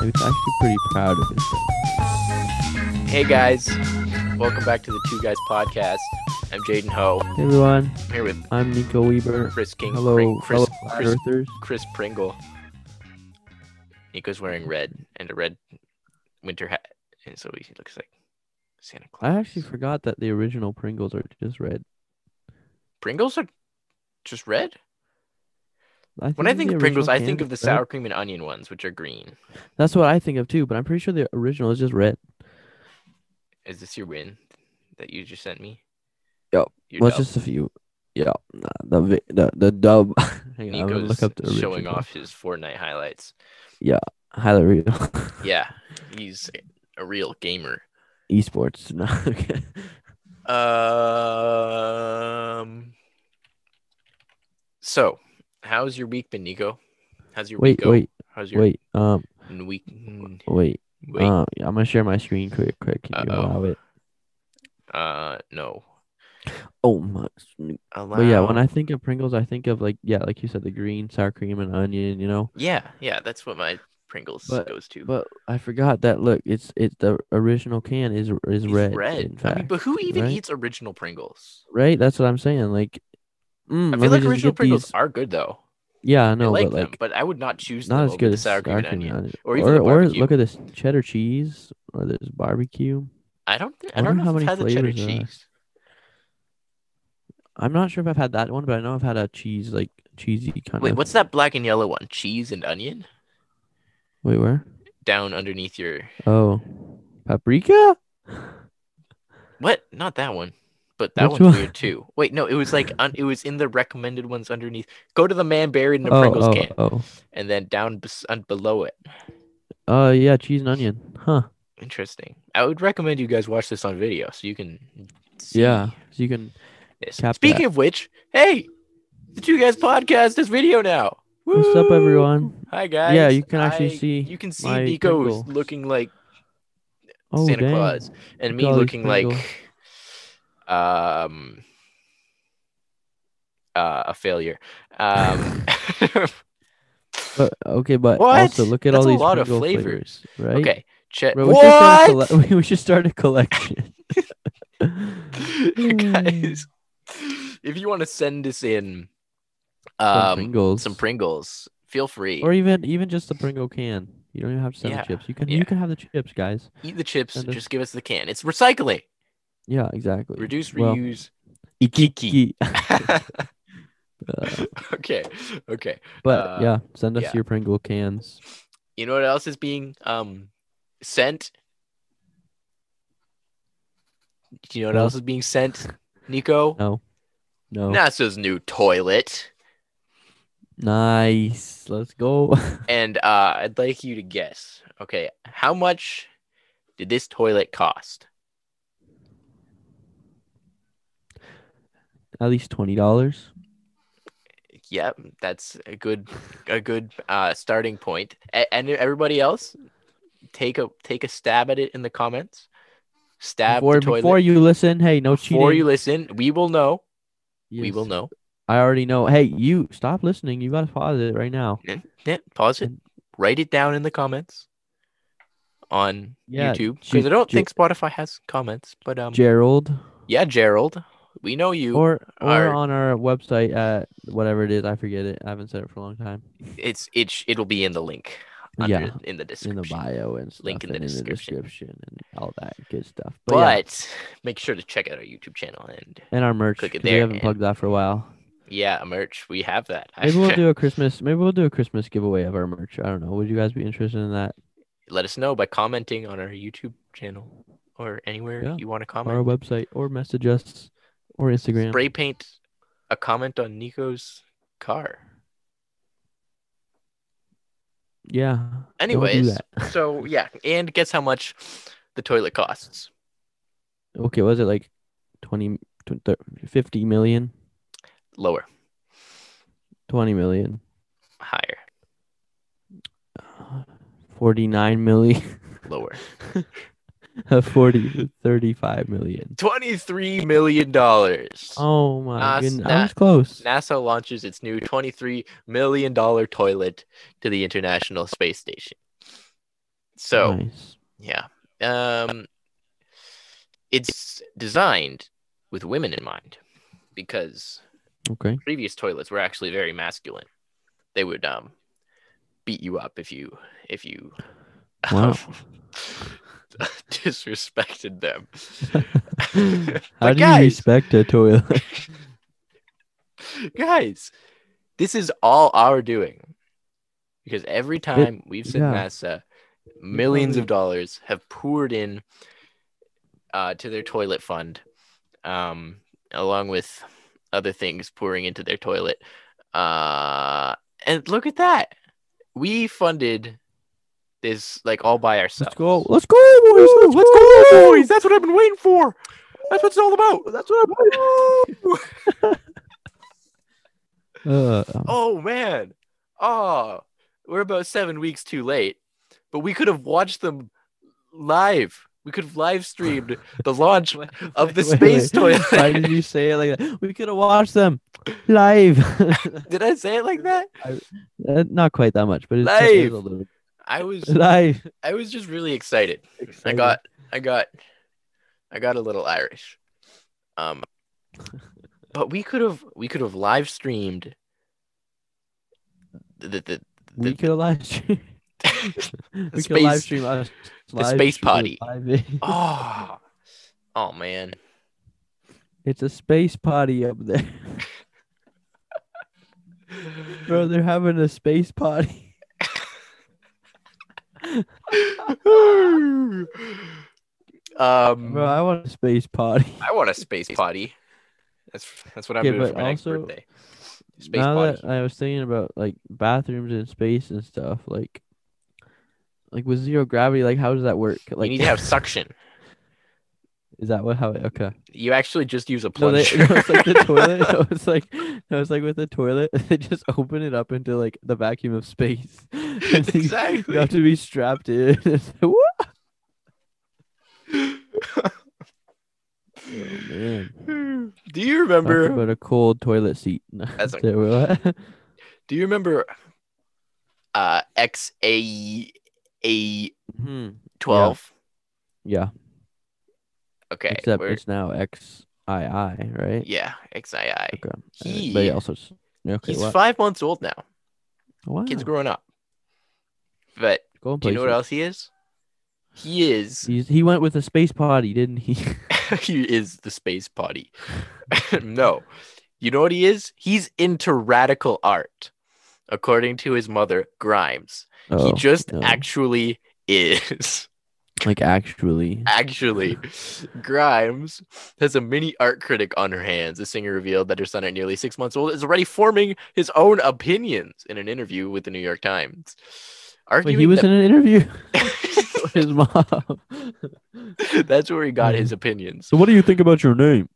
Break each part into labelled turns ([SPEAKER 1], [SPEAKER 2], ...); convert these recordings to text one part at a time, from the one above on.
[SPEAKER 1] pretty proud of himself.
[SPEAKER 2] Hey guys, welcome back to the Two Guys Podcast. I'm Jaden Ho.
[SPEAKER 1] Hey everyone,
[SPEAKER 2] I'm here with
[SPEAKER 1] I'm Nico Weber.
[SPEAKER 2] Chris King.
[SPEAKER 1] Hello,
[SPEAKER 2] Pring-
[SPEAKER 1] fellow
[SPEAKER 2] Chris,
[SPEAKER 1] flat
[SPEAKER 2] Chris,
[SPEAKER 1] earthers.
[SPEAKER 2] Chris Pringle. Nico's wearing red and a red winter hat, and so he looks like Santa Claus.
[SPEAKER 1] I actually forgot that the original Pringles are just red.
[SPEAKER 2] Pringles are just red.
[SPEAKER 1] I
[SPEAKER 2] When I think
[SPEAKER 1] the
[SPEAKER 2] of Pringles,
[SPEAKER 1] original can
[SPEAKER 2] I think
[SPEAKER 1] is
[SPEAKER 2] of the
[SPEAKER 1] red.
[SPEAKER 2] sour cream and onion ones, which are green.
[SPEAKER 1] That's what I think of too, but I'm pretty sure the original is just red.
[SPEAKER 2] Is this your win that you just sent me?
[SPEAKER 1] Yep.
[SPEAKER 2] Your
[SPEAKER 1] What's
[SPEAKER 2] dub.
[SPEAKER 1] just a few? Yeah, nah, the vi- the the dub. Hang on, I'm gonna
[SPEAKER 2] Nico's
[SPEAKER 1] look up the
[SPEAKER 2] showing
[SPEAKER 1] original.
[SPEAKER 2] off his Fortnite highlights.
[SPEAKER 1] highlight reel.
[SPEAKER 2] Yeah, he's a real gamer.
[SPEAKER 1] Esports. No, okay.
[SPEAKER 2] Um. So, how's your week been, Nico? How's your
[SPEAKER 1] Wait,
[SPEAKER 2] week? go?
[SPEAKER 1] wait,
[SPEAKER 2] How's your
[SPEAKER 1] wait. Mm, Um,
[SPEAKER 2] n- week? n-
[SPEAKER 1] wait.
[SPEAKER 2] Wait.
[SPEAKER 1] Um, yeah, I'm gonna share my screen quick. Quick, can you
[SPEAKER 2] Uh-oh.
[SPEAKER 1] allow it?
[SPEAKER 2] Uh, no.
[SPEAKER 1] Oh my. sn-
[SPEAKER 2] Allow.
[SPEAKER 1] But yeah, when I think of Pringles, I think of like yeah, like you said, the green sour cream and onion. You know,
[SPEAKER 2] yeah, yeah, that's what my Pringles
[SPEAKER 1] But-
[SPEAKER 2] goes to.
[SPEAKER 1] but I forgot that. Look, it's it's the original can is is
[SPEAKER 2] It's
[SPEAKER 1] red.
[SPEAKER 2] red.
[SPEAKER 1] In
[SPEAKER 2] I
[SPEAKER 1] fact,
[SPEAKER 2] mean, but who even
[SPEAKER 1] right?
[SPEAKER 2] eats original Pringles?
[SPEAKER 1] right? That's what I'm saying. Like, mm,
[SPEAKER 2] I
[SPEAKER 1] let
[SPEAKER 2] feel
[SPEAKER 1] me
[SPEAKER 2] like
[SPEAKER 1] just
[SPEAKER 2] original
[SPEAKER 1] get
[SPEAKER 2] Pringles
[SPEAKER 1] these-
[SPEAKER 2] are good though.
[SPEAKER 1] Yeah, I
[SPEAKER 2] I
[SPEAKER 1] know,
[SPEAKER 2] like
[SPEAKER 1] but
[SPEAKER 2] them,
[SPEAKER 1] like
[SPEAKER 2] but I would not choose
[SPEAKER 1] not
[SPEAKER 2] them
[SPEAKER 1] as
[SPEAKER 2] over
[SPEAKER 1] good
[SPEAKER 2] the
[SPEAKER 1] as
[SPEAKER 2] sour cream and onion. or
[SPEAKER 1] Or
[SPEAKER 2] even
[SPEAKER 1] or,
[SPEAKER 2] the barbecue.
[SPEAKER 1] look at this cheddar cheese or this barbecue.
[SPEAKER 2] I don't. Th- I
[SPEAKER 1] I
[SPEAKER 2] don't
[SPEAKER 1] wonder
[SPEAKER 2] know
[SPEAKER 1] how
[SPEAKER 2] if it's
[SPEAKER 1] many
[SPEAKER 2] had the cheddar
[SPEAKER 1] flavors there are.
[SPEAKER 2] cheese.
[SPEAKER 1] I'm not sure if I've had that one, but I know I've had a cheese like cheesy kind
[SPEAKER 2] Wait,
[SPEAKER 1] of.
[SPEAKER 2] what's that black and yellow one? Cheese and onion
[SPEAKER 1] Wait, where?
[SPEAKER 2] down underneath your
[SPEAKER 1] Oh, paprika.
[SPEAKER 2] What? Not that one. But that
[SPEAKER 1] Which
[SPEAKER 2] one's
[SPEAKER 1] one?
[SPEAKER 2] weird too. Wait, no, it was like un- it was in the recommended ones underneath. Go to the man buried in the Pringles
[SPEAKER 1] Oh,
[SPEAKER 2] can,
[SPEAKER 1] oh,
[SPEAKER 2] and then down bes- un- below it.
[SPEAKER 1] oh, uh, yeah, cheese and onion, huh?
[SPEAKER 2] Interesting. I would recommend you guys watch this on video so you can. See
[SPEAKER 1] Yeah, so you can.
[SPEAKER 2] This.
[SPEAKER 1] cap
[SPEAKER 2] Speaking
[SPEAKER 1] that.
[SPEAKER 2] of which, hey, the two guys podcast is video now.
[SPEAKER 1] What's up,
[SPEAKER 2] Woo!
[SPEAKER 1] everyone?
[SPEAKER 2] Hi guys.
[SPEAKER 1] you can actually
[SPEAKER 2] I-
[SPEAKER 1] see
[SPEAKER 2] You can see
[SPEAKER 1] my
[SPEAKER 2] Nico
[SPEAKER 1] Pringles.
[SPEAKER 2] looking like
[SPEAKER 1] Oh,
[SPEAKER 2] Santa
[SPEAKER 1] dang.
[SPEAKER 2] Claus, and me
[SPEAKER 1] Golly,
[SPEAKER 2] looking
[SPEAKER 1] Pringle.
[SPEAKER 2] like um uh, a failure. Um,
[SPEAKER 1] But, okay, but
[SPEAKER 2] What?
[SPEAKER 1] also look at
[SPEAKER 2] That's
[SPEAKER 1] all
[SPEAKER 2] a
[SPEAKER 1] these
[SPEAKER 2] lot of
[SPEAKER 1] Pringle
[SPEAKER 2] flavors.
[SPEAKER 1] right?
[SPEAKER 2] okay, check.
[SPEAKER 1] Bro, we should start a
[SPEAKER 2] what,
[SPEAKER 1] colle- we should start a collection. Hmm.
[SPEAKER 2] guys? If you want to send us in
[SPEAKER 1] Some
[SPEAKER 2] um,
[SPEAKER 1] Pringles.
[SPEAKER 2] some Pringles, feel free.
[SPEAKER 1] or even even just the Pringle can. You don't even have to send
[SPEAKER 2] Yeah,
[SPEAKER 1] the chips. You can
[SPEAKER 2] yeah.
[SPEAKER 1] you can have the chips, guys.
[SPEAKER 2] Eat the chips.
[SPEAKER 1] send us-
[SPEAKER 2] Just give us the can. It's recycling.
[SPEAKER 1] Yeah, exactly.
[SPEAKER 2] Reduce,
[SPEAKER 1] Well,
[SPEAKER 2] reuse. Ikiki.
[SPEAKER 1] Iki. Uh,
[SPEAKER 2] okay, okay.
[SPEAKER 1] but
[SPEAKER 2] Uh,
[SPEAKER 1] yeah, send us
[SPEAKER 2] yeah.
[SPEAKER 1] your Pringle cans.
[SPEAKER 2] You know what else is being um sent? Do you know what
[SPEAKER 1] No.
[SPEAKER 2] else is being sent, Nico?
[SPEAKER 1] No, no.
[SPEAKER 2] NASA's new toilet.
[SPEAKER 1] Nice. Let's go.
[SPEAKER 2] And uh, I'd like you to guess. Okay, how much did this toilet cost?
[SPEAKER 1] At least twenty dollars.
[SPEAKER 2] Yep, that's a good a good uh, starting point. A- and everybody else, take a take a stab at it in the comments. Stab
[SPEAKER 1] Before,
[SPEAKER 2] the toilet
[SPEAKER 1] before you listen, hey, no cheating.
[SPEAKER 2] Before you listen. We will know. We
[SPEAKER 1] Yes.
[SPEAKER 2] will know.
[SPEAKER 1] I already know. Hey, you stop listening. You gotta pause it right now.
[SPEAKER 2] Yeah, yeah, pause it.
[SPEAKER 1] And-
[SPEAKER 2] Write it down in the comments on
[SPEAKER 1] Yeah,
[SPEAKER 2] YouTube because
[SPEAKER 1] Ju-
[SPEAKER 2] I don't
[SPEAKER 1] Ju-
[SPEAKER 2] think Spotify has comments. But um,
[SPEAKER 1] Gerald.
[SPEAKER 2] yeah, Gerald, we know you.
[SPEAKER 1] Or or
[SPEAKER 2] are-
[SPEAKER 1] on our website at whatever it is, I forget it. I haven't said it for a long time.
[SPEAKER 2] it's it sh- it'll be in the link under
[SPEAKER 1] yeah,
[SPEAKER 2] in the
[SPEAKER 1] in
[SPEAKER 2] description.
[SPEAKER 1] the bio and stuff
[SPEAKER 2] Link in
[SPEAKER 1] and
[SPEAKER 2] the
[SPEAKER 1] in the
[SPEAKER 2] description.
[SPEAKER 1] description and all that good stuff. But,
[SPEAKER 2] But
[SPEAKER 1] yeah,
[SPEAKER 2] make sure to check out our YouTube channel and
[SPEAKER 1] and our merch.
[SPEAKER 2] click it
[SPEAKER 1] 'cause We
[SPEAKER 2] there
[SPEAKER 1] haven't
[SPEAKER 2] and-
[SPEAKER 1] plugged that for a while.
[SPEAKER 2] yeah, a merch we have that.
[SPEAKER 1] Maybe we'll do a Christmas. Maybe we'll do a Christmas giveaway of our merch. I don't know. Would you guys be interested in that?
[SPEAKER 2] Let us know by commenting on our YouTube channel or anywhere
[SPEAKER 1] Yeah,
[SPEAKER 2] you want to
[SPEAKER 1] On our
[SPEAKER 2] comment.
[SPEAKER 1] website or message us or Instagram.
[SPEAKER 2] Um, Spray paint a comment on Nico's car.
[SPEAKER 1] Yeah. Don't
[SPEAKER 2] Anyways,
[SPEAKER 1] do that.
[SPEAKER 2] So yeah, and guess how much the toilet costs?
[SPEAKER 1] okay, was it like 20, tw- thir- 50 million?
[SPEAKER 2] Lower,
[SPEAKER 1] 20 million?
[SPEAKER 2] higher,
[SPEAKER 1] Uh, 49 million?
[SPEAKER 2] lower.
[SPEAKER 1] 40, 35 million.
[SPEAKER 2] Twenty-three million dollars.
[SPEAKER 1] Oh my
[SPEAKER 2] Nas-
[SPEAKER 1] goodness.
[SPEAKER 2] na-
[SPEAKER 1] I was close.
[SPEAKER 2] Um, NASA launches its new twenty-three million dollar toilet to the International Space Station. So
[SPEAKER 1] nice.
[SPEAKER 2] yeah, um, it's designed with women in mind because
[SPEAKER 1] Okay.
[SPEAKER 2] previous toilets were actually very masculine. They would um, beat you up if you if you
[SPEAKER 1] Wow.
[SPEAKER 2] disrespected them.
[SPEAKER 1] How
[SPEAKER 2] But
[SPEAKER 1] do you respect a toilet?
[SPEAKER 2] guys, this is all our doing. Because every time we've sent
[SPEAKER 1] yeah.
[SPEAKER 2] Massa, millions
[SPEAKER 1] probably-
[SPEAKER 2] of dollars have poured in uh, to their toilet fund, um, along with other things pouring into their toilet. Uh, and look at that. We funded this like all by ourselves.
[SPEAKER 1] Let's go. Let's go, boys. Let's, go,
[SPEAKER 2] Boys, that's what I've been waiting for. That's what it's all about.
[SPEAKER 1] That's what I'm. uh, um,
[SPEAKER 2] Oh man. Oh, we're about seven weeks too late, but we could have watched them live. We could have live streamed the launch
[SPEAKER 1] wait,
[SPEAKER 2] Oh, of the
[SPEAKER 1] wait,
[SPEAKER 2] space
[SPEAKER 1] wait.
[SPEAKER 2] toilet.
[SPEAKER 1] Why did you say it like that? We could have watched them live.
[SPEAKER 2] Did I say it like that?
[SPEAKER 1] Uh, Not quite that much, but it's just- it's
[SPEAKER 2] Live.
[SPEAKER 1] a little bit.
[SPEAKER 2] I was
[SPEAKER 1] live.
[SPEAKER 2] I was just really excited. I got I got I got a little Irish. Um but we could have we could have live streamed the the,
[SPEAKER 1] We could have live stream.
[SPEAKER 2] the
[SPEAKER 1] we could live
[SPEAKER 2] space-
[SPEAKER 1] stream us.
[SPEAKER 2] space
[SPEAKER 1] stream
[SPEAKER 2] party.
[SPEAKER 1] live. eh?
[SPEAKER 2] Oh, oh man.
[SPEAKER 1] it's a space party up there, bro. They're having a space party.
[SPEAKER 2] um, Mm.
[SPEAKER 1] Bro, I want a space party.
[SPEAKER 2] I want a space potty. That's that's what I'm
[SPEAKER 1] Okay,
[SPEAKER 2] doing for
[SPEAKER 1] but
[SPEAKER 2] my next
[SPEAKER 1] also,
[SPEAKER 2] birthday. Space
[SPEAKER 1] now
[SPEAKER 2] potty.
[SPEAKER 1] that I was thinking about like bathrooms and space and stuff, like, like with zero gravity, like how does that work? Like,
[SPEAKER 2] you need to have suction.
[SPEAKER 1] is that what how? it- Okay,
[SPEAKER 2] You actually just use a
[SPEAKER 1] no, they,
[SPEAKER 2] plunger.
[SPEAKER 1] no, it's like the toilet. No, it's like no, it's like with the toilet, they just open it up into like the vacuum of space. And you-
[SPEAKER 2] exactly.
[SPEAKER 1] You have to be strapped in. It's like, "Whoa." Oh, man.
[SPEAKER 2] Do you
[SPEAKER 1] Talk
[SPEAKER 2] remember?
[SPEAKER 1] about a cold toilet seat.
[SPEAKER 2] That's a-
[SPEAKER 1] Say what?
[SPEAKER 2] Do you remember? Uh, X A A
[SPEAKER 1] Mhm.
[SPEAKER 2] twelve.
[SPEAKER 1] Yeah,
[SPEAKER 2] Okay.
[SPEAKER 1] except
[SPEAKER 2] we're-
[SPEAKER 1] it's now X I I, right?
[SPEAKER 2] yeah, X I I.
[SPEAKER 1] Okay.
[SPEAKER 2] He-
[SPEAKER 1] Uh, but yeah, also, s- okay,
[SPEAKER 2] He's
[SPEAKER 1] what? Oh.
[SPEAKER 2] five months old now.
[SPEAKER 1] wow.
[SPEAKER 2] Kid's growing up. But
[SPEAKER 1] Go and
[SPEAKER 2] do you know what
[SPEAKER 1] places.
[SPEAKER 2] else he is? He is
[SPEAKER 1] He's, he went with a space party, didn't he?
[SPEAKER 2] he is the space potty. no. You know what he is? He's into radical art, according to his mother, Grimes. he
[SPEAKER 1] Oh,
[SPEAKER 2] just
[SPEAKER 1] no.
[SPEAKER 2] actually is.
[SPEAKER 1] like actually.
[SPEAKER 2] actually, Grimes has a mini art critic on her hands. The singer revealed that her son at nearly six months old is already forming his own opinions in an interview with the New York Times.
[SPEAKER 1] Wait,
[SPEAKER 2] Arguing
[SPEAKER 1] he was
[SPEAKER 2] that-
[SPEAKER 1] in an interview with his mom.
[SPEAKER 2] that's where he got his opinions.
[SPEAKER 1] so, what do you think about your name?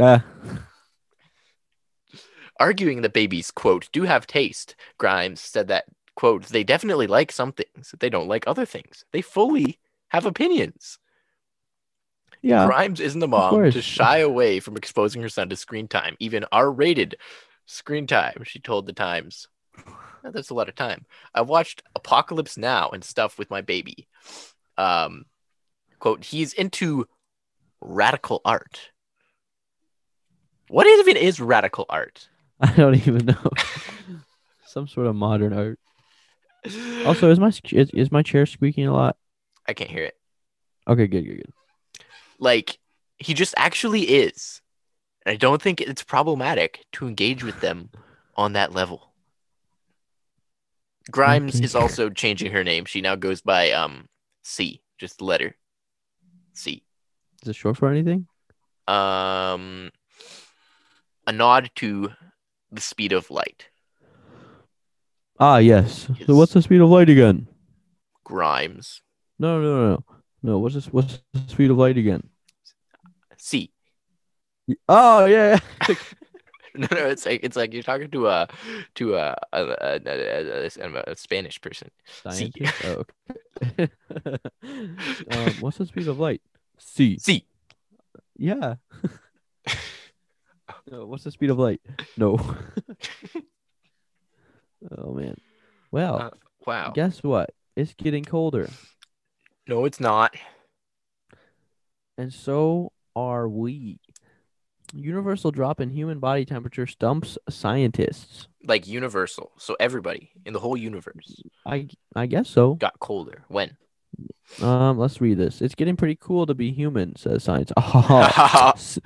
[SPEAKER 1] Ah,
[SPEAKER 2] arguing that babies, quote, do have taste. Grimes said that, quote, they definitely like some things, they don't like other things. They fully have opinions.
[SPEAKER 1] yeah.
[SPEAKER 2] Grimes isn't a mom
[SPEAKER 1] course.
[SPEAKER 2] to shy away from exposing her son to screen time, even R rated screen time, she told The Times. "Now, That's a lot of time. I watched Apocalypse Now and stuff with my baby. Um, quote, he's into radical art. What even is radical art?
[SPEAKER 1] I don't even know. Some sort of modern art. Also, is my s- is, is my chair squeaking a lot?
[SPEAKER 2] I can't hear it.
[SPEAKER 1] Okay, good, good, good.
[SPEAKER 2] Like he just actually is. And I don't think it's problematic to engage with them on that level. Grimes
[SPEAKER 1] Okay.
[SPEAKER 2] is also changing her name. She now goes by um C, just the letter C.
[SPEAKER 1] Is it short for anything?
[SPEAKER 2] Um a nod to the speed of light.
[SPEAKER 1] Ah, yes. So, what's the speed of light again?
[SPEAKER 2] Grimes
[SPEAKER 1] No, no, no, no. No, what's this? What's the speed of light again?
[SPEAKER 2] C.
[SPEAKER 1] Y- Oh yeah.
[SPEAKER 2] No, no, it's like it's like you're talking to a to a a, a, a, a, a Spanish person. See.
[SPEAKER 1] Scientist? Oh, okay. um, what's the speed of light? C.
[SPEAKER 2] C.
[SPEAKER 1] Yeah. no, what's the speed of light? No. oh man. Well,
[SPEAKER 2] Uh, Wow.
[SPEAKER 1] guess what? It's getting colder,
[SPEAKER 2] No, it's not.
[SPEAKER 1] and so are we. Universal drop in human body temperature stumps scientists.
[SPEAKER 2] Like universal. So everybody in the whole universe
[SPEAKER 1] I I guess so.
[SPEAKER 2] got colder. When?
[SPEAKER 1] Um, let's read this. It's getting pretty cool to be human, says science. S-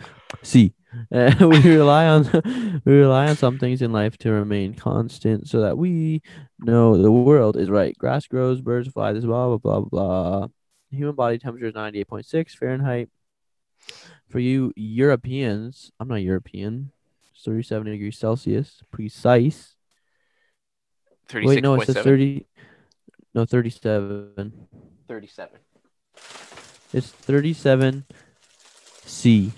[SPEAKER 1] See, uh, we rely on we rely on some things in life to remain constant, so that we know the world is right. Grass grows, birds fly. This blah blah blah blah. Human body temperature is ninety eight point six Fahrenheit. For you Europeans, I'm not European. It's thirty seven degrees Celsius, precise. Wait, no, it says
[SPEAKER 2] 36.7.
[SPEAKER 1] thirty. No, thirty seven.
[SPEAKER 2] 37.
[SPEAKER 1] It's 37 C.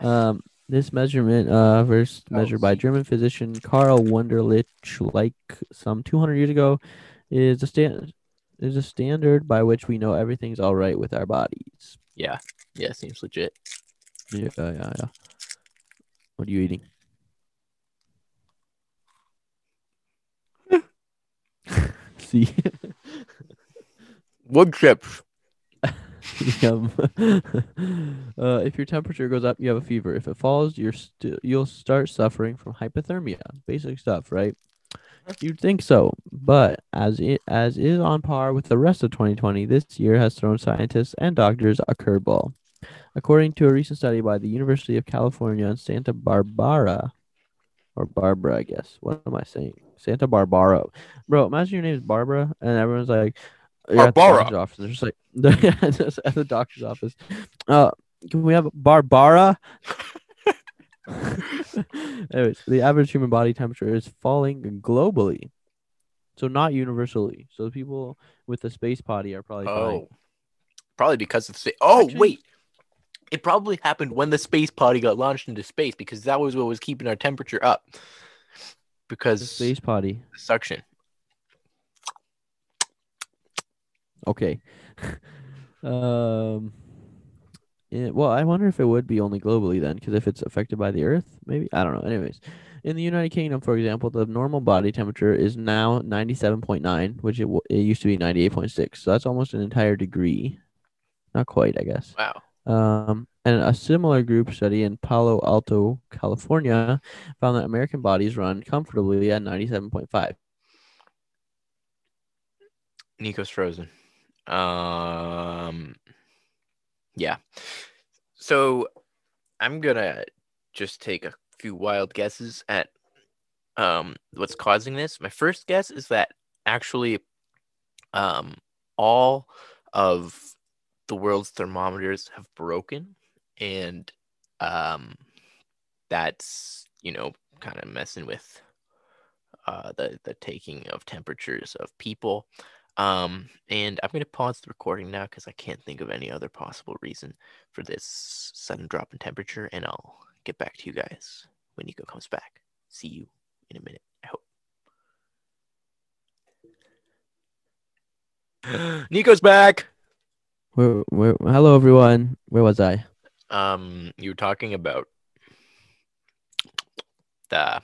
[SPEAKER 1] um, this measurement, uh, first
[SPEAKER 2] Oh,
[SPEAKER 1] measured by
[SPEAKER 2] C.
[SPEAKER 1] German physician Karl Wunderlich, like some 200 years ago, is a stand is a standard by which we know everything's all right with our bodies.
[SPEAKER 2] Yeah. Yeah, seems legit.
[SPEAKER 1] Yeah, yeah, yeah. What are you eating? See,
[SPEAKER 2] Wood chips.
[SPEAKER 1] Yum. uh, if your temperature goes up, you have a fever. If it falls, you're st- you'll start suffering from hypothermia. Basic stuff, right? You'd think so, but as it as is on par with the rest of 2020, this year has thrown scientists and doctors a curveball. According to a recent study by the University of California in Santa Barbara, or Barbara, I guess. What am I saying? Santa Barbara. Bro, imagine your name is Barbara, and everyone's like, you're at the
[SPEAKER 2] Barbara.
[SPEAKER 1] doctor's office. They're just like they're just at the doctor's office. Uh, can we have Barbara? Anyways, the average human body temperature is falling globally, so not universally. So the people with the space potty are probably fine.
[SPEAKER 2] Oh. Probably because of the. Oh,
[SPEAKER 1] Actually-
[SPEAKER 2] wait. It probably happened when the space potty got launched into space because that was what was keeping our temperature up. Because
[SPEAKER 1] The space potty.
[SPEAKER 2] suction.
[SPEAKER 1] Okay. um. yeah, well, I wonder if it would be only globally then, because if it's affected by the Earth, maybe I don't know. Anyways, in the United Kingdom, for example, the normal body temperature is now ninety-seven point nine, which it, w- it used to be ninety-eight point six. So that's almost an entire degree. Not quite, I guess.
[SPEAKER 2] Wow.
[SPEAKER 1] Um, and a similar group study in Palo Alto, California, found that American bodies run comfortably at ninety-seven point five.
[SPEAKER 2] Nico's frozen. Um, yeah. So I'm gonna just take a few wild guesses at um what's causing this. My first guess is that actually, um, all of the world's thermometers have broken, and um, that's you know kind of messing with uh the the taking of temperatures of people. Um, and I'm going to pause the recording now because I can't think of any other possible reason for this sudden drop in temperature. And I'll get back to you guys when Nico comes back. See you in a minute, I hope. Nico's back.
[SPEAKER 1] Where, where, hello everyone. Where was I?
[SPEAKER 2] Um, you were talking about the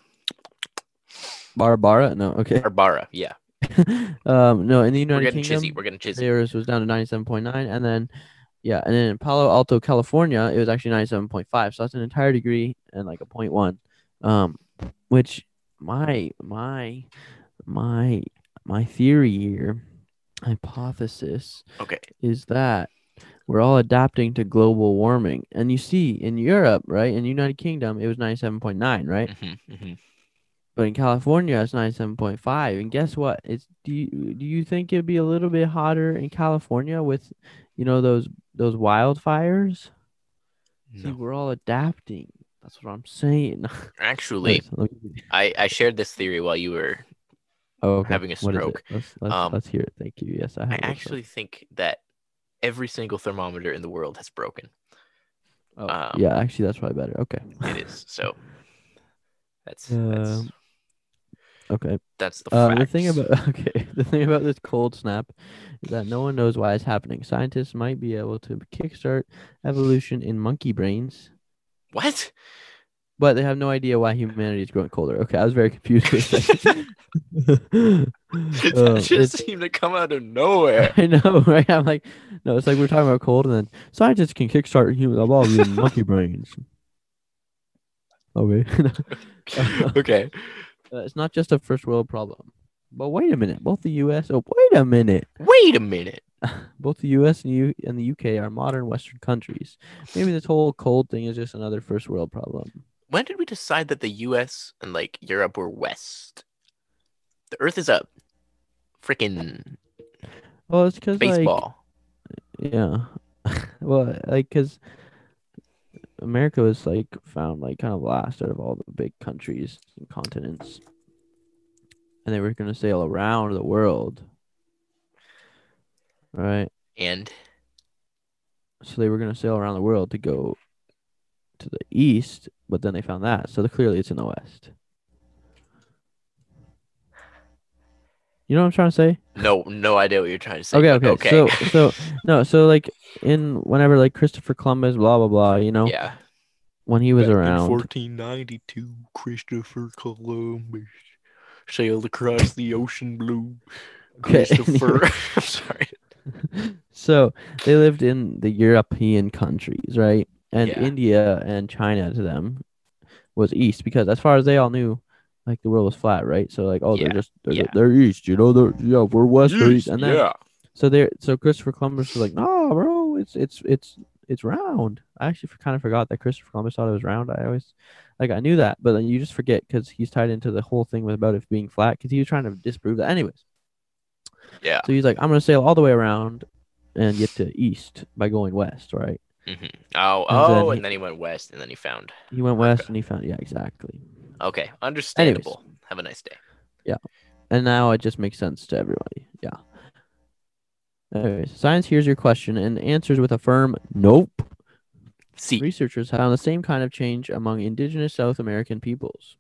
[SPEAKER 1] Barbara? No, okay.
[SPEAKER 2] Barbara. Yeah,
[SPEAKER 1] um, no, in the
[SPEAKER 2] we're
[SPEAKER 1] United
[SPEAKER 2] getting
[SPEAKER 1] Kingdom,
[SPEAKER 2] chizzy. We're getting chizzy.
[SPEAKER 1] theirs was down to ninety-seven point nine, and then yeah, and then in Palo Alto, California, it was actually ninety-seven point five. So that's an entire degree and like a point one, um, which my my my my theory here, hypothesis
[SPEAKER 2] Okay.
[SPEAKER 1] is that we're all adapting to global warming, and you see in Europe, right, in the United Kingdom, it was ninety-seven point nine, right.
[SPEAKER 2] Mhm, mhm.
[SPEAKER 1] But in California, it's 97.5. And guess what? It's do you, do you think it'd be a little bit hotter in California with, you know, those those wildfires? See,
[SPEAKER 2] No.
[SPEAKER 1] we're all adapting. That's what I'm saying.
[SPEAKER 2] Actually,
[SPEAKER 1] Let's- let me-
[SPEAKER 2] I, I shared this theory while you were
[SPEAKER 1] oh, okay.
[SPEAKER 2] having a
[SPEAKER 1] What is it?
[SPEAKER 2] stroke.
[SPEAKER 1] Let's, let's,
[SPEAKER 2] Um,
[SPEAKER 1] let's hear it. Thank you. Yes, I have.
[SPEAKER 2] I
[SPEAKER 1] a stroke.
[SPEAKER 2] actually think that every single thermometer in the world has broken.
[SPEAKER 1] Oh,
[SPEAKER 2] um,
[SPEAKER 1] yeah, actually, that's probably better. Okay.
[SPEAKER 2] It is so. That's that's,
[SPEAKER 1] Um, Okay.
[SPEAKER 2] that's the
[SPEAKER 1] Uh,
[SPEAKER 2] fact.
[SPEAKER 1] the thing about okay, the thing about this cold snap is that no one knows why it's happening. Scientists might be able to kickstart evolution in monkey brains.
[SPEAKER 2] what?
[SPEAKER 1] but they have no idea why humanity is growing colder. Okay, I was very confused. For a second.
[SPEAKER 2] That
[SPEAKER 1] Uh,
[SPEAKER 2] just
[SPEAKER 1] it's-
[SPEAKER 2] seemed to come out of nowhere.
[SPEAKER 1] I know, right? I'm like, no, it's like we're talking about cold, and then scientists can kickstart human evolving in monkey brains. Okay,
[SPEAKER 2] okay.
[SPEAKER 1] Uh, it's not just a first world problem. But wait a minute, both the U.S. Oh, wait a minute,
[SPEAKER 2] Wait a minute.
[SPEAKER 1] both the U.S. and U and the U.K. are modern Western countries. Maybe this whole cold thing is just another first world problem.
[SPEAKER 2] When did we decide that the US and like Europe were West? The Earth is a freaking
[SPEAKER 1] Well, it's because like
[SPEAKER 2] baseball.
[SPEAKER 1] Yeah. well, like, because America was like found like kind of last out of all the big countries and continents, and they were gonna sail around the world, right?
[SPEAKER 2] and
[SPEAKER 1] So they were gonna sail around the world to go to the east, but then they found that, so clearly it's in the west. You know what I'm trying to say?
[SPEAKER 2] no, no idea what you're trying to say.
[SPEAKER 1] Okay,
[SPEAKER 2] but
[SPEAKER 1] okay. So, so no, so like in whenever like Christopher Columbus, blah blah blah, you know,
[SPEAKER 2] yeah.
[SPEAKER 1] when he was
[SPEAKER 2] Back in
[SPEAKER 1] around,
[SPEAKER 2] 1492, Christopher Columbus sailed across the ocean blue.
[SPEAKER 1] Okay,
[SPEAKER 2] Christopher, I'm sorry.
[SPEAKER 1] so they lived in the European countries, right? And
[SPEAKER 2] Yeah.
[SPEAKER 1] India and China to them was east because as far as they all knew, like the world was flat, right? So like, oh,
[SPEAKER 2] Yeah,
[SPEAKER 1] they're just they're,
[SPEAKER 2] yeah.
[SPEAKER 1] they're east, you know? They're yeah, we're west, they're east,
[SPEAKER 2] Yeast,
[SPEAKER 1] and then
[SPEAKER 2] yeah.
[SPEAKER 1] so they so Christopher Columbus was like, no, bro, it's it's it's it's round. I actually kind of forgot that Christopher Columbus thought it was round. I always like I knew that, but then you just forget because he's tied into the whole thing with about it being flat because he was trying to disprove that. Anyways,
[SPEAKER 2] Yeah.
[SPEAKER 1] so he's like, I'm gonna sail all the way around and get to east by going west, right?
[SPEAKER 2] Oh,
[SPEAKER 1] And then
[SPEAKER 2] oh,
[SPEAKER 1] he-
[SPEAKER 2] and then he went west, and then he found.
[SPEAKER 1] He went west and he found yeah exactly,
[SPEAKER 2] Okay, understandable. Have a nice day.
[SPEAKER 1] and now it just makes sense to everybody. Yeah. Anyways, science hears your question and answers with a firm nope.
[SPEAKER 2] See,
[SPEAKER 1] Researchers found the same kind of change among indigenous South American peoples.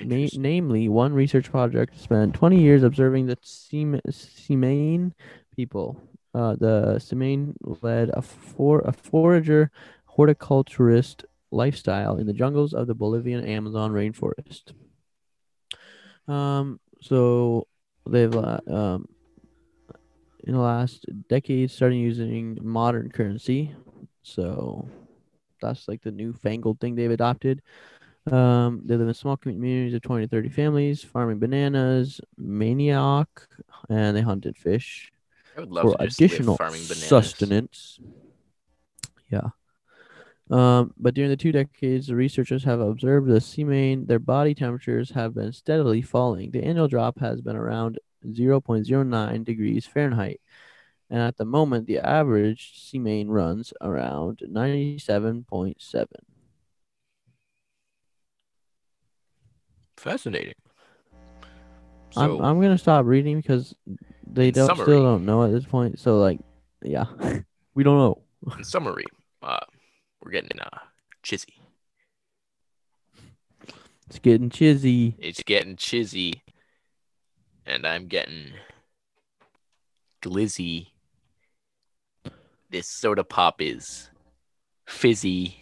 [SPEAKER 1] Na-
[SPEAKER 2] Interesting.
[SPEAKER 1] namely, one research project spent 20 years observing the Sime- Simane people. Uh, the Simane led a, for- a forager horticulturist lifestyle in the jungles of the Bolivian Amazon rainforest. Um, so they've uh, um, in the last decade starting using modern currency. So that's like the newfangled thing they've adopted. Um, they live in small communities of 20 to 30 families, farming bananas, manioc, and they hunted fish
[SPEAKER 2] I would
[SPEAKER 1] for
[SPEAKER 2] love to just
[SPEAKER 1] additional
[SPEAKER 2] live farming bananas.
[SPEAKER 1] sustenance. Yeah. Um, but during the two decades, the researchers have observed the seamane, their body temperatures have been steadily falling. The annual drop has been around 0.09 degrees Fahrenheit. And at the moment, the average seamane runs around 97.7.
[SPEAKER 2] Fascinating.
[SPEAKER 1] I'm,
[SPEAKER 2] So,
[SPEAKER 1] I'm going to stop reading because they
[SPEAKER 2] In
[SPEAKER 1] don't,
[SPEAKER 2] summary-
[SPEAKER 1] still don't know at this point. So, like, yeah, we don't know.
[SPEAKER 2] in summary, uh, we're getting uh, chizzy.
[SPEAKER 1] It's getting chizzy.
[SPEAKER 2] It's getting chizzy, and I'm getting glizzy. This soda pop is fizzy.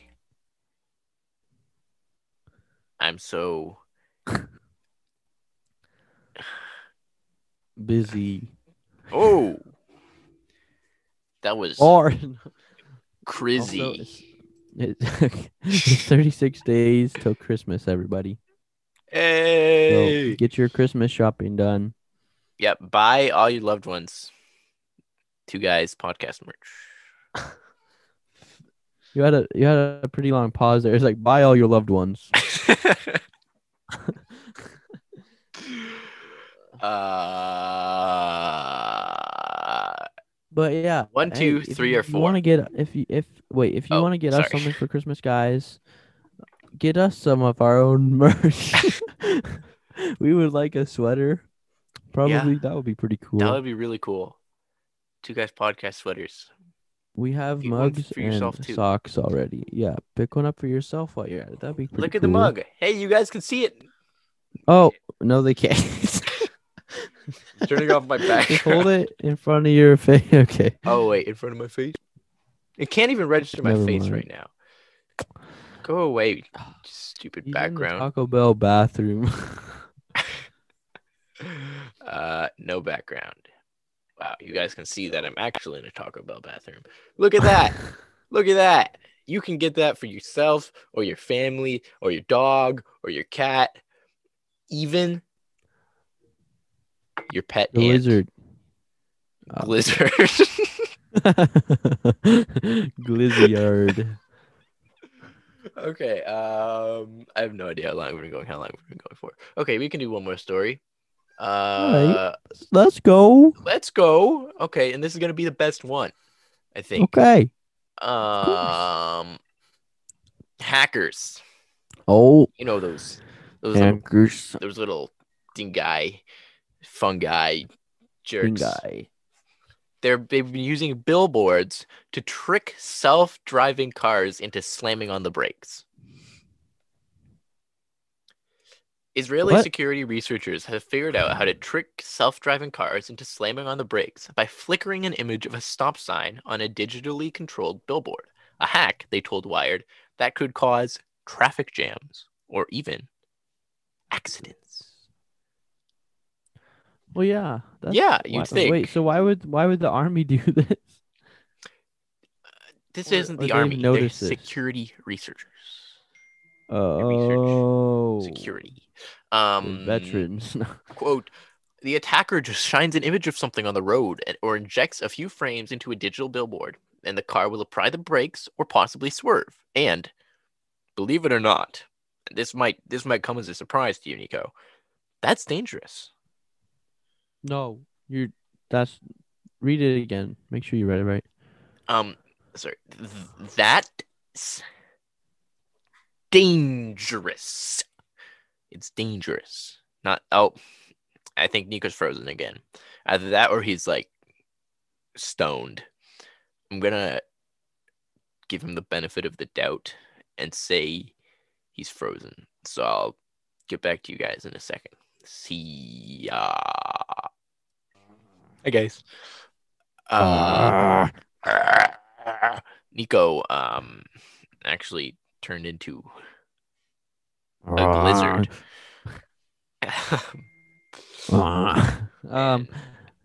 [SPEAKER 2] I'm so
[SPEAKER 1] Busy.
[SPEAKER 2] oh, that was
[SPEAKER 1] Or
[SPEAKER 2] crazy.
[SPEAKER 1] Also, it's- it- it's 36 days till Christmas, everybody. So
[SPEAKER 2] hey,
[SPEAKER 1] get your Christmas shopping done.
[SPEAKER 2] yep. Buy all your loved ones. Two guys podcast merch.
[SPEAKER 1] You had a you had a pretty long pause there. It's like buy all your loved ones.
[SPEAKER 2] uh,
[SPEAKER 1] But yeah,
[SPEAKER 2] One, two, three, or
[SPEAKER 1] You want
[SPEAKER 2] four.
[SPEAKER 1] to get if you if wait if you
[SPEAKER 2] Oh,
[SPEAKER 1] want to get us
[SPEAKER 2] sorry.
[SPEAKER 1] something for Christmas, guys, get us some of our own merch. we would like a sweater. Probably that would be pretty cool.
[SPEAKER 2] that would be really cool. Two guys podcast sweaters.
[SPEAKER 1] We have
[SPEAKER 2] Get one
[SPEAKER 1] mugs
[SPEAKER 2] for yourself,
[SPEAKER 1] and
[SPEAKER 2] too.
[SPEAKER 1] socks already. Yeah, pick one up for yourself while you're at it. That'd be pretty
[SPEAKER 2] Look at the
[SPEAKER 1] cool.
[SPEAKER 2] mug. Hey, you guys can see it.
[SPEAKER 1] Oh no, they can't.
[SPEAKER 2] I'm turning off my back.
[SPEAKER 1] Just hold it in front of your face. Okay.
[SPEAKER 2] Oh wait, in front of my face. It can't even register my
[SPEAKER 1] Never
[SPEAKER 2] face
[SPEAKER 1] mind. Ah,
[SPEAKER 2] right now. Go away, stupid
[SPEAKER 1] Even the
[SPEAKER 2] background.
[SPEAKER 1] Taco Bell bathroom.
[SPEAKER 2] Uh, no background. Wow, you guys can see that I'm actually in a Taco Bell bathroom. Look at that. Look at that. You can get that for yourself or your family or your dog or your cat, even your pet
[SPEAKER 1] the
[SPEAKER 2] ant.
[SPEAKER 1] lizard. Oh.
[SPEAKER 2] Blizzard.
[SPEAKER 1] Glizzard.
[SPEAKER 2] okay. Um, I have no idea how long we've been going. How long we've been going for? Okay, we can do one more story. Uh,
[SPEAKER 1] Let's go.
[SPEAKER 2] let's go. Okay, and this is gonna be the best one, I think.
[SPEAKER 1] Okay.
[SPEAKER 2] Um, hackers.
[SPEAKER 1] Oh,
[SPEAKER 2] You know those those little,
[SPEAKER 1] anchors.
[SPEAKER 2] those little dingai, fungi, jerks.
[SPEAKER 1] Guy.
[SPEAKER 2] They're they've been using billboards to trick self-driving cars into slamming on the brakes. Israeli
[SPEAKER 1] What?
[SPEAKER 2] security researchers have figured out how to trick self-driving cars into slamming on the brakes by flickering an image of a stop sign on a digitally controlled billboard. A hack, they told Wired, that could cause traffic jams or even accidents.
[SPEAKER 1] Well, yeah. That's
[SPEAKER 2] Yeah, you'd
[SPEAKER 1] why-
[SPEAKER 2] think.
[SPEAKER 1] Wait, so why would why would the army do this?
[SPEAKER 2] This
[SPEAKER 1] Or-
[SPEAKER 2] isn't
[SPEAKER 1] or
[SPEAKER 2] the
[SPEAKER 1] they've
[SPEAKER 2] army, they're
[SPEAKER 1] noticed this.
[SPEAKER 2] security researchers.
[SPEAKER 1] Oh,
[SPEAKER 2] security.
[SPEAKER 1] the
[SPEAKER 2] Um,
[SPEAKER 1] veterans.
[SPEAKER 2] Quote: The attacker just shines an image of something on the road and, or injects a few frames into a digital billboard, and the car will apply the brakes or possibly swerve. And believe it or not, this might this might come as a surprise to you, Nico. That's dangerous.
[SPEAKER 1] no, you. That's. Read it again. Make sure you read it right.
[SPEAKER 2] Um, sorry, th- that's dangerous. It's dangerous. Not oh, I think Nico's frozen again. Either that or he's like stoned. I'm gonna give him the benefit of the doubt and say he's frozen. So I'll get back to you guys in a second. See ya. Hey guys. Uh, Nico um actually turned into a blizzard.
[SPEAKER 1] um,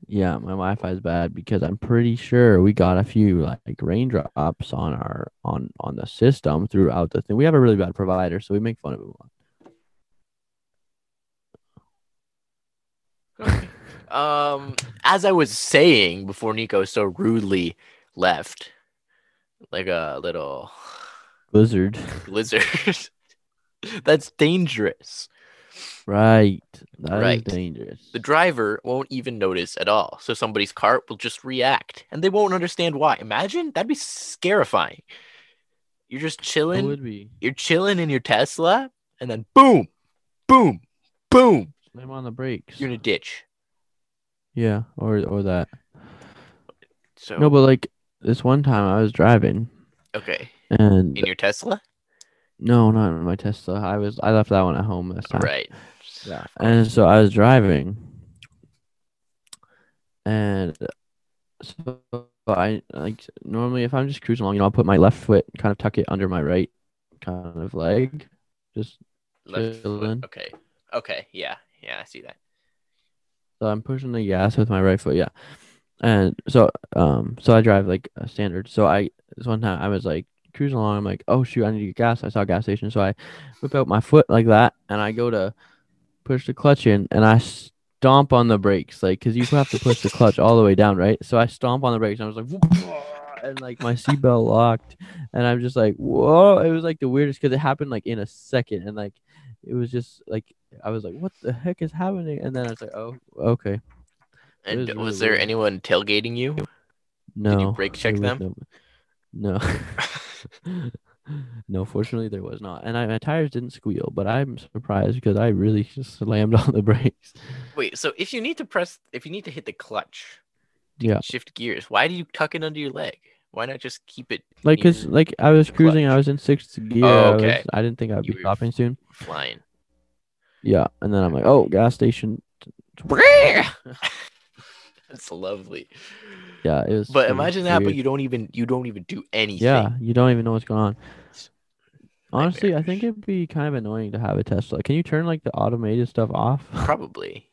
[SPEAKER 1] yeah, my Wi-Fi is bad because I'm pretty sure we got a few like raindrops on our on on the system throughout the thing. We have a really bad provider, so we make fun of him. a lot.
[SPEAKER 2] Okay. um, as I was saying before, Nico so rudely left, like a little
[SPEAKER 1] Blizzard,
[SPEAKER 2] lizard. That's dangerous.
[SPEAKER 1] right? That is
[SPEAKER 2] Right.
[SPEAKER 1] dangerous.
[SPEAKER 2] The driver won't even notice at all, so somebody's cart will just react, and they won't understand why. Imagine that'd be scarifying. You're just
[SPEAKER 1] It
[SPEAKER 2] chilling.
[SPEAKER 1] would be.
[SPEAKER 2] You're chilling in your Tesla, and then boom, boom, boom.
[SPEAKER 1] Slam on the brakes.
[SPEAKER 2] You're in a ditch.
[SPEAKER 1] Yeah, or or that.
[SPEAKER 2] So
[SPEAKER 1] No, but like this one time I was driving
[SPEAKER 2] okay,
[SPEAKER 1] and
[SPEAKER 2] in your Tesla,
[SPEAKER 1] no, not in my Tesla. I was I left that one at home this time.
[SPEAKER 2] right?
[SPEAKER 1] Yeah. And so I was driving, and so I like normally if I'm just cruising along, you know, I'll put my left foot kind of tuck it under my right kind of leg, just
[SPEAKER 2] Left
[SPEAKER 1] chilling.
[SPEAKER 2] foot. Okay. Okay. Yeah. Yeah. I see that.
[SPEAKER 1] so I'm pushing the gas with my right foot, yeah. And so um so I drive like a standard. So I this one time I was like cruising along, I'm like, oh shoot, I need to get gas. I saw a gas station, so I whip out my foot like that, and I go to push the clutch in, and I stomp on the brakes, like because you have to push the clutch all the way down, right? So I stomp on the brakes, and I was like, and like my seatbelt locked, and I'm just like, whoa! It was like the weirdest because it happened like in a second, and like it was just like I was like, what the heck is happening? And then I was like, oh, okay.
[SPEAKER 2] And
[SPEAKER 1] is really
[SPEAKER 2] was there
[SPEAKER 1] weird.
[SPEAKER 2] anyone tailgating you?
[SPEAKER 1] No.
[SPEAKER 2] brake check
[SPEAKER 1] there was
[SPEAKER 2] them?
[SPEAKER 1] No. No. No, fortunately there was not, and I, my tires didn't squeal. But I'm surprised because I really just slammed on the brakes.
[SPEAKER 2] Wait. So if you need to press, if you need to hit the clutch,
[SPEAKER 1] Yeah,
[SPEAKER 2] shift gears. Why do you tuck it under your leg? Why not just keep it
[SPEAKER 1] like cause
[SPEAKER 2] in
[SPEAKER 1] like I was cruising, I
[SPEAKER 2] clutch.
[SPEAKER 1] was in sixth gear.
[SPEAKER 2] Oh,
[SPEAKER 1] I was-
[SPEAKER 2] okay.
[SPEAKER 1] I, didn't think I'd
[SPEAKER 2] You
[SPEAKER 1] be
[SPEAKER 2] were-
[SPEAKER 1] stopping soon.
[SPEAKER 2] flying?
[SPEAKER 1] Yeah, and then I'm like, oh, gas station.
[SPEAKER 2] That's lovely.
[SPEAKER 1] Yeah, it was.
[SPEAKER 2] But
[SPEAKER 1] it was
[SPEAKER 2] imagine that, but
[SPEAKER 1] weird.
[SPEAKER 2] you don't even you don't even do anything.
[SPEAKER 1] yeah, you don't even know what's going on. Honestly, I think
[SPEAKER 2] nightmarish.
[SPEAKER 1] it'd be kind of annoying to have a Tesla. Can you turn like the automated stuff off?
[SPEAKER 2] probably.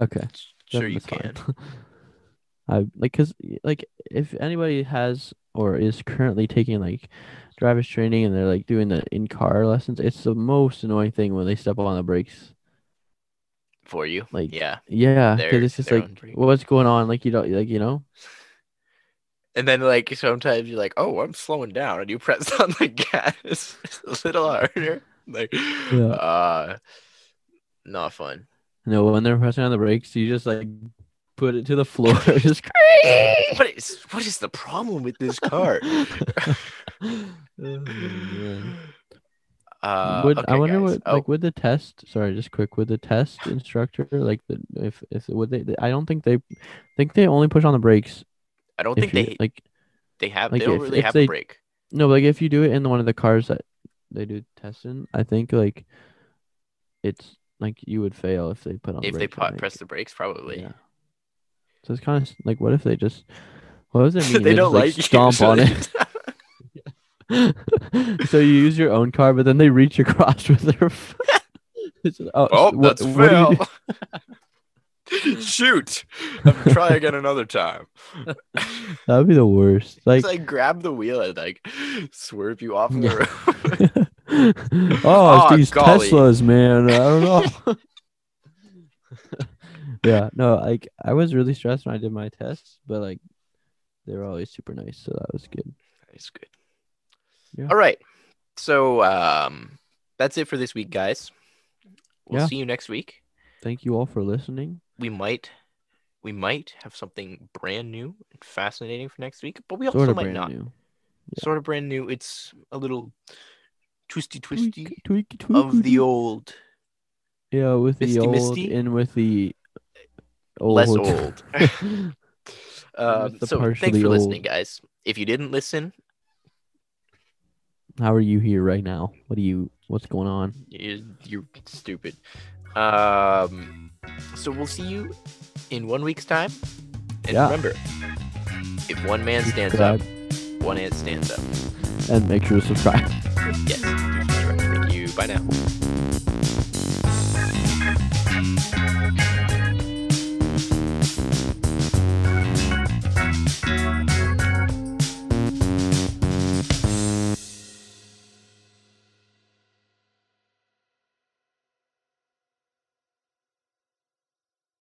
[SPEAKER 1] okay.
[SPEAKER 2] Sure,
[SPEAKER 1] then
[SPEAKER 2] you
[SPEAKER 1] that's fine.
[SPEAKER 2] can.
[SPEAKER 1] I like cuz like if anybody has or is currently taking like driver's training and they're like doing the in-car lessons, it's the most annoying thing when they step on the brakes.
[SPEAKER 2] For you.
[SPEAKER 1] Like
[SPEAKER 2] Yeah.
[SPEAKER 1] yeah,
[SPEAKER 2] Their-
[SPEAKER 1] cuz it's just
[SPEAKER 2] their
[SPEAKER 1] like
[SPEAKER 2] own brake.
[SPEAKER 1] what's going on like you don't like you know?
[SPEAKER 2] And then, like, sometimes you're like, oh, I'm slowing down. And you press on the gas a little harder. Like, uh, not fun.
[SPEAKER 1] No, when they're pressing on the brakes, you just like put it to the floor just
[SPEAKER 2] What is, what is the problem with this car?
[SPEAKER 1] Oh,
[SPEAKER 2] Uh,
[SPEAKER 1] would I
[SPEAKER 2] okay,
[SPEAKER 1] wonder
[SPEAKER 2] guys.
[SPEAKER 1] what
[SPEAKER 2] Oh,
[SPEAKER 1] like would the test sorry just quick would the test instructor like the, if if would they I don't think they think they only push on the brakes
[SPEAKER 2] I don't
[SPEAKER 1] if
[SPEAKER 2] think
[SPEAKER 1] you-
[SPEAKER 2] they
[SPEAKER 1] like
[SPEAKER 2] they have
[SPEAKER 1] like,
[SPEAKER 2] they don't
[SPEAKER 1] if-
[SPEAKER 2] really
[SPEAKER 1] if
[SPEAKER 2] have
[SPEAKER 1] they-
[SPEAKER 2] a break.
[SPEAKER 1] no but, like if you do it in one of the cars that they do tests in I think like it's like you would fail if they put on
[SPEAKER 2] If
[SPEAKER 1] the
[SPEAKER 2] they
[SPEAKER 1] brakes, I
[SPEAKER 2] pu-
[SPEAKER 1] think.
[SPEAKER 2] press the brakes, probably.
[SPEAKER 1] yeah so it's kind of like what if they just what does it mean
[SPEAKER 2] they
[SPEAKER 1] just,
[SPEAKER 2] don't like, you,
[SPEAKER 1] stomp
[SPEAKER 2] so
[SPEAKER 1] on
[SPEAKER 2] they
[SPEAKER 1] it
[SPEAKER 2] just-
[SPEAKER 1] so you use your own car, but then they reach across with their. f- It's- oh,
[SPEAKER 2] Oh,
[SPEAKER 1] wha-
[SPEAKER 2] that's
[SPEAKER 1] what do you do?
[SPEAKER 2] fail. Shoot. I'm try again another time.
[SPEAKER 1] That would be the worst. Like,
[SPEAKER 2] It's like grab the wheel and like swerve you off the
[SPEAKER 1] Yeah.
[SPEAKER 2] road.
[SPEAKER 1] oh,
[SPEAKER 2] "Aw,
[SPEAKER 1] it's these
[SPEAKER 2] golly."
[SPEAKER 1] Teslas, man. I don't know. yeah, no, like I was really stressed when I did my tests, but like they were always super nice, so that was good.
[SPEAKER 2] That's good.
[SPEAKER 1] Yeah.
[SPEAKER 2] All right. So um that's it for this week, guys. We'll
[SPEAKER 1] Yeah.
[SPEAKER 2] see you next week.
[SPEAKER 1] Thank you all for listening.
[SPEAKER 2] We might we might have something brand new and fascinating for next week, but we also
[SPEAKER 1] Sort of
[SPEAKER 2] might
[SPEAKER 1] brand
[SPEAKER 2] not.
[SPEAKER 1] new. Yeah.
[SPEAKER 2] Sort of brand new. It's a little twisty twisty
[SPEAKER 1] Tweak, tweak, tweak,
[SPEAKER 2] of the
[SPEAKER 1] tweak.
[SPEAKER 2] old
[SPEAKER 1] yeah, with the
[SPEAKER 2] Misty,
[SPEAKER 1] old
[SPEAKER 2] misty?
[SPEAKER 1] and with the
[SPEAKER 2] less
[SPEAKER 1] old.
[SPEAKER 2] old. Um,
[SPEAKER 1] With the
[SPEAKER 2] so thanks
[SPEAKER 1] partially
[SPEAKER 2] for listening,
[SPEAKER 1] old.
[SPEAKER 2] guys. If you didn't listen,
[SPEAKER 1] How are you here right now? What do you? What's going on?
[SPEAKER 2] you're, you're stupid. Um, so we'll see you in one week's time. And
[SPEAKER 1] Yeah.
[SPEAKER 2] remember, if one man stands up,
[SPEAKER 1] Subscribe
[SPEAKER 2] one ant stands up.
[SPEAKER 1] and make sure to subscribe.
[SPEAKER 2] Yes. Thank you. Bye now.